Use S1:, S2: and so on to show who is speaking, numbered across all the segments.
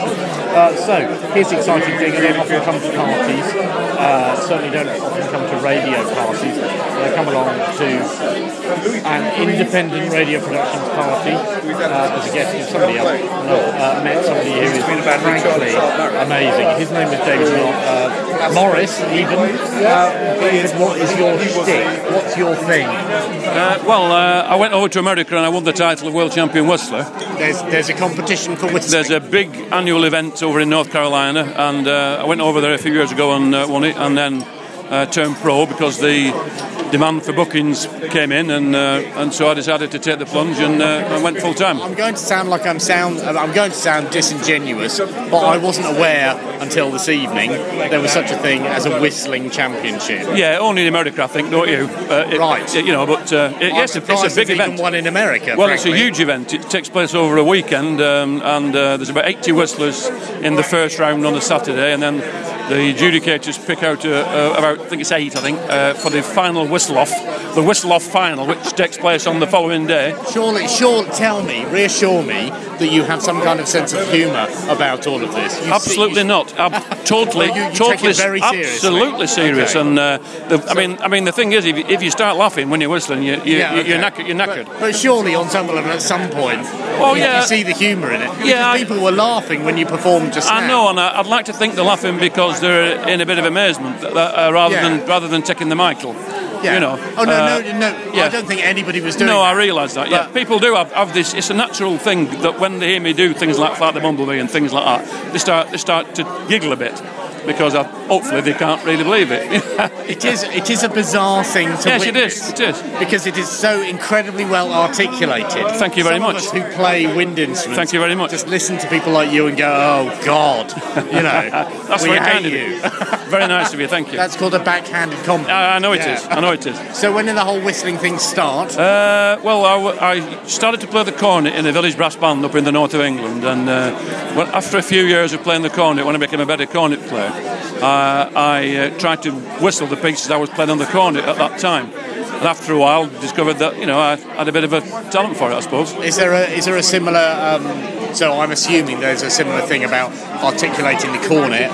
S1: Uh, so, here's the exciting thing, they often come to parties, uh, certainly don't often come to radio parties. They come along to an independent radio productions party uh, as a guest with somebody else. And I've uh, met somebody who is frankly amazing. His name is David Mor- uh, Morris, even. Uh, David, what is your shtick? What's your thing?
S2: Uh, well, uh, I went over to America and I won the title of world champion whistler.
S1: There's, there's a competition for whistling.
S2: There's a big annual event over in North Carolina, and uh, I went over there a few years ago and uh, won it, and then uh, turned pro because the demand for bookings came in, and uh, and so I decided to take the plunge and, uh, and went full time.
S3: I'm going to sound like I'm sound. I'm going to sound disingenuous, but I wasn't aware until this evening there was such a thing as a whistling championship.
S2: Yeah, only in America, I think, don't you? Uh, it-
S3: Right.
S2: You know, but uh, it, yes,
S3: I'm
S2: it's a
S3: surprised
S2: big
S3: there's even
S2: event.
S3: One in America.
S2: Well,
S3: frankly.
S2: it's a huge event. It takes place over a weekend, um, and uh, there's about 80 whistlers in the first round on the Saturday, and then the adjudicators pick out uh, uh, about, I think it's eight, I think, uh, for the final whistle off, the whistle off final, which takes place on the following day.
S3: Surely, sure. Tell me, reassure me that you have some kind of sense of humour about all of this. You
S2: Absolutely
S3: see-
S2: not. I'm totally,
S3: Well, you- you take
S2: totally,
S3: it very seriously.
S2: absolutely serious.
S3: Okay.
S2: And uh, the, I mean, I mean, the thing is, if, you- if you start laughing when you're whistling, you, you,
S3: Yeah,
S2: you're
S3: okay.
S2: knackered. You're knackered.
S3: But surely, on some level, at some point,
S2: Well,
S3: you,
S2: yeah.
S3: you see the humour in it.
S2: Yeah, I-
S3: Because people were laughing when you performed just
S2: I
S3: now.
S2: know, and I- I'd like to think they're laughing because they're in a bit of amazement uh, uh, rather
S3: Yeah.
S2: than rather than taking the Michael.
S3: Yeah.
S2: You know.
S3: Oh no,
S2: uh,
S3: no, no!
S2: yeah.
S3: I don't think anybody was doing.
S2: No, I
S3: that.
S2: realise that. Yeah,
S3: But-
S2: people do have, have this. It's a natural thing that when they hear me do things like flight the bumblebee and things like that, they start they start to giggle a bit because I, hopefully they can't really believe it.
S3: It is. It is a bizarre thing to
S2: yes, it
S3: witness.
S2: is. It is.
S3: because it is so incredibly well articulated.
S2: Thank you very
S3: Some
S2: much.
S3: Of us who play wind instruments.
S2: Thank you very much.
S3: Just listen to people like you and go, oh God, you know,
S2: That's
S3: we
S2: very
S3: hate
S2: kind of
S3: you.
S2: you. Very nice of you. Thank you.
S3: That's called a backhanded compliment.
S2: I, I know it is.
S3: Yeah.
S2: I know it is.
S3: So when did the whole whistling thing start?
S2: Uh, well, I, w- I started to play the cornet in a village brass band up in the north of England, and uh, well, after a few years of playing the cornet, when I became a better cornet player, uh, I uh, tried to whistle the pieces I was playing on the cornet at that time. And after a while, discovered that you know I had a bit of a talent for it, I suppose.
S3: Is there a is there a similar? Um, so I'm assuming there's a similar thing about articulating the cornet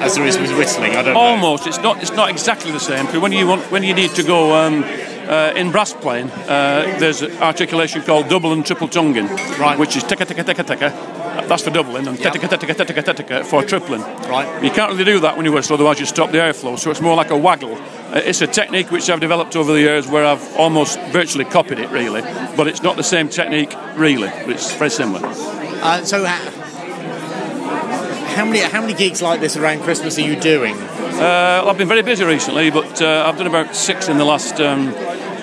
S3: as there is with whistling. I don't know.
S2: Almost, it's not. It's not exactly the same. But when you want, when you need to go um, uh, in brass playing, uh, there's an articulation called double and triple tonguing,
S3: Right.
S2: which is teka teka teka teka. That's for doubling, and teka teka teka teka teka teka for tripling.
S3: Right.
S2: You can't really do that when you whistle, otherwise you stop the airflow. So it's more like a waggle. Uh, It's a technique which I've developed over the years, where I've almost virtually copied it, really. But it's not the same technique, really. But it's very similar.
S3: Uh, so. ha how many, how many gigs like this around Christmas are you doing?
S2: Uh, well, I've been very busy recently, but uh, I've done about six in the last um,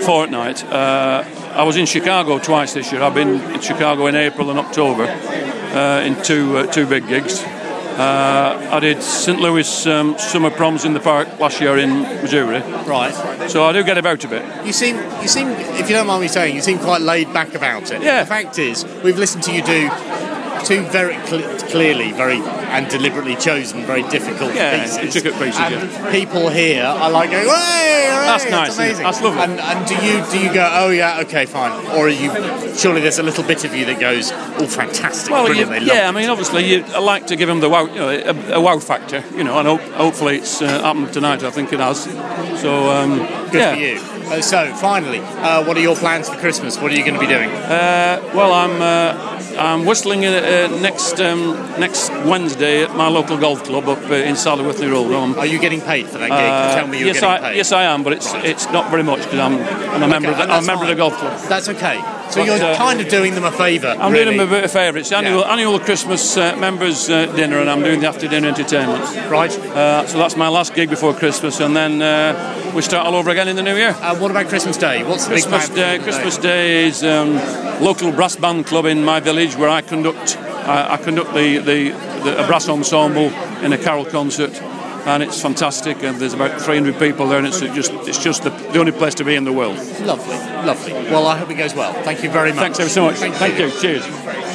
S2: fortnight. Uh, I was in Chicago twice this year. I've been in Chicago in April and October uh, in two uh, two big gigs. Uh, I did St. Louis um, summer proms in the park last year in Missouri,
S3: Right.
S2: so I do get about a bit.
S3: You seem, you seem, if you don't mind me saying, you seem quite laid back about it.
S2: Yeah.
S3: The fact is, we've listened to you do two very cl- clearly, very and deliberately chosen, very difficult
S2: Yeah,
S3: pieces.
S2: intricate pieces,
S3: And people here are like going, "Hey, hooray,
S2: That's
S3: it's
S2: nice, isn't it?
S3: amazing."
S2: That's lovely.
S3: And, and do you do you go, "Oh yeah, okay, fine," or are you? Surely there's a little bit of you that goes, "Oh, fantastic,
S2: Well,
S3: brilliant,
S2: you-
S3: they love."
S2: yeah, I mean, obviously, you, I like to give them the wow, you know, a, a wow factor, you know, and hope, hopefully it's uh, happened tonight. I think it has. So, um,
S3: Good
S2: yeah.
S3: for you. Uh, so, finally, uh, what are your plans for Christmas? What are you going to be doing?
S2: Well, I'm uh, I'm whistling uh, uh, next um, next Wednesday at my local golf club up uh, in Saddleworthy Road. Um,
S3: Are Oh, you getting paid for that gig? Tell me you're
S2: yes,
S3: getting
S2: I
S3: paid.
S2: yes I am, but it's
S3: Right.
S2: it's not very much because I'm I'm a member
S3: Okay,
S2: of
S3: and
S2: the, I'm a
S3: that's
S2: member of the
S3: fine.
S2: golf club.
S3: That's okay. So
S2: But,
S3: you're
S2: uh,
S3: kind of doing them a favour.
S2: I'm
S3: really.
S2: doing them a bit of favour. It's the annual annual Christmas uh, members uh, dinner, and I'm doing the after dinner entertainment.
S3: right.
S2: Uh, so that's my last gig before Christmas, and then uh, we start all over again in the new year.
S3: Uh, what about Christmas Day? What's the
S2: Christmas
S3: big plan?
S2: Day. Christmas Day is um, local brass band club in my village where I conduct I, I conduct the, the, the a brass ensemble in a carol concert, and it's fantastic. And there's about 300 people there, and it's just it's just the, the only place to be in the world.
S3: Lovely, lovely. Well, I hope it goes well. Thank you very much.
S2: Thanks ever so much.
S3: Thank you.
S2: Thank you. Cheers.